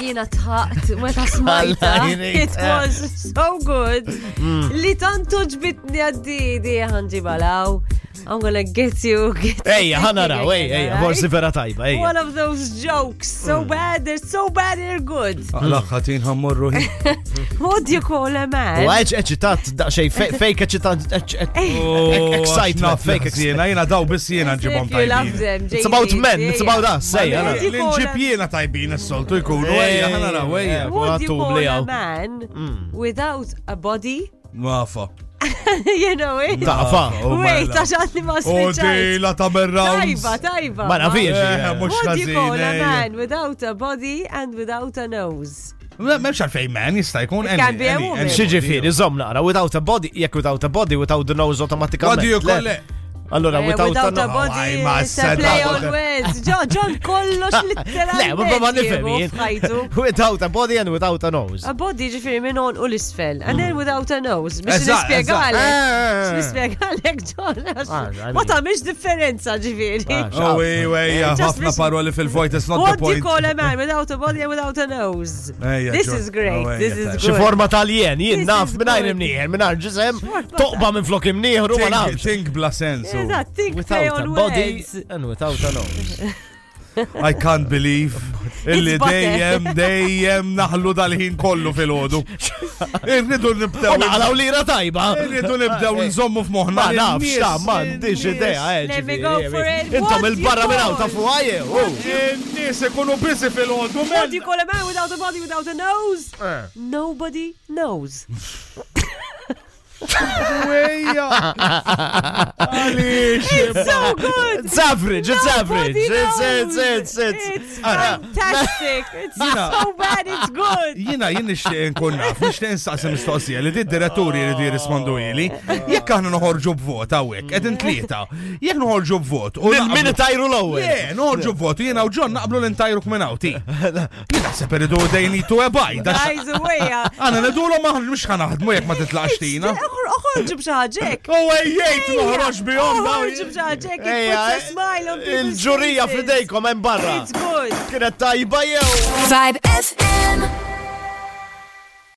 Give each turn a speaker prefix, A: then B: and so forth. A: jiena tħaqt meta smajta.
B: Alla, Mm. jinik.
A: It was so good. Li tantu ġbitni għaddidi ħanġi balaw. I'm gonna get you. get you
B: Ejja, ħanara,
A: again,
B: ej, ej,
A: alright?
B: forsi vera tajba, ej.
A: One of those jokes, so
B: Mm.
A: bad, they're so bad, they're good.
C: Laħħatin ħammurru.
A: What do you call a
B: U
A: man?
B: għajċ eċitat, daċxej, fake eh, eċitat,
A: Eh.
B: excitement, fake excitement.
C: Jena, jena daw bis jena
A: If
C: nġibom
A: you love
C: tajbin.
A: them, JD,
B: It's about men,
A: yeah,
B: it's about
A: yeah.
B: us, ej,
A: Ma
B: għana.
A: What do you call
C: L-inġib
A: a-
C: jena tajbin s-soltu jkunu.
B: Ej,
C: Ejja, ħanara, ejja.
A: What
B: ej.
A: do you
B: Għattu
A: call a
B: blijaw. Mm.
A: man without a body?
C: Mafa.
A: You know it?
B: Tafa.
A: Wait, għaxatni ma
C: U
B: Oh,
A: spiċajt.
C: oh, di la ta' berrawns.
A: Tajba, tajba.
B: Ma nafiex.
C: Eh, mux eh,
A: What do you call a
B: eh,
C: ħazin.
A: man without a body and without a nose?
C: Memx għalfej man, jista' jkun.
A: It can be a woman.
B: eh, Xieġifiri, zom naqra, without a body, jekk without a body, without the nose automatically.
C: What do you call it?
B: Allora,
A: Eh,
B: without a nose.
C: Aj,
A: body,
C: ma
A: it's a
C: s-sena,
A: play
C: ma-
A: on words. Jo, John, kollox literalment.
B: Le, ma baba
A: jieħu
B: nifemi.
A: f'ħajtu.
B: Without a body and without a nose.
A: A body ġifiri minn on u l-isfel. And
B: Mm.
A: then without a nose. Biex
C: Eżatt,
A: nispiegalek.
B: Ah,
A: Nispiegalek, John.
B: Ah, I mean-
A: Ma ta' miex differenza ġifiri.
B: ah,
C: Oh, ej, ej,
A: Just
C: ħafna
A: listen.
C: paroli fil-vojt, it's not the
A: What do you
C: point.
A: call a man without a body and without a nose?
B: Eh,
C: Ejja,
A: This
C: John.
A: is great.
C: Oh, ejja,
A: This is
C: tajba.
B: Xi
A: good.
B: forma tal-jien, jien
A: This
B: naf
A: is
B: mingħajr
A: good.
B: imnieħer, mingħajr ġisem,
A: Xorta.
B: toqba minn flok imnieħru ma
C: Think,
B: nafx.
C: think bla sensu.
A: Eżatt, think play
B: Without a
A: on
B: body
A: words.
B: and without a nose.
C: I can't believe illi
A: butter.
C: dejjem dejjem naħlu dal-ħin kollu fil-ħodu. Irridu nibdew.
B: Għonna għalaw lira tajba.
C: Irridu
B: Ah,
C: nibdew
B: eh.
C: nżommu f'moħħna.
B: Ma nafx,
C: in-nies,
B: ta' ma ndix
C: in-nies.
B: idea, eh.
A: Let me
B: ġifieri,
A: go
B: eh,
A: for it. What
B: Intom
A: you
B: il-barra minn hawn
A: call?
B: ta' fuqajje. oh.
C: In-nies ikunu busy fil-ħodu.
A: What do you call a man without a body, without a nose?
B: Eh.
A: Nobody knows.
C: Ejja. Għaliex.
A: It's so good.
B: It's average, it's average.
A: Nobody
B: It's,
A: knows.
B: it's, it's, it's.
A: It's fantastic. It's so bad. It's good.
C: Jina jien nixtieq nkun naf, nixtieq nistaqsi mistoqsija li dit diretturi li di rispondu ili. Jekk aħna noħorġu b'vot hawnhekk, qegħdin tlieta. Jekk noħorġu b'vot. u naqblu-
B: Min tajru l-ewwel.
C: Yeah, noħorġu b'votu, jena u John naqblu l-intajru kmenawti. Naħseb irridu dejni tu ebaj, dax.
A: Guys, uh, away.
C: Għana nedu l maħrġ mux ħanaħdmu jek ma titlaqx tina.
A: Oħorġu bxaġek.
C: U għajjajt noħroġ
A: Oh,
C: bjom
A: Oħorġu bxaġek. It
B: Ejja,
A: puts a smile on people's
B: Il-ġurija
A: faces.
B: f'idejkom hemm barra.
A: It's good.
B: Kienet tajba jew.
D: Vibe FM.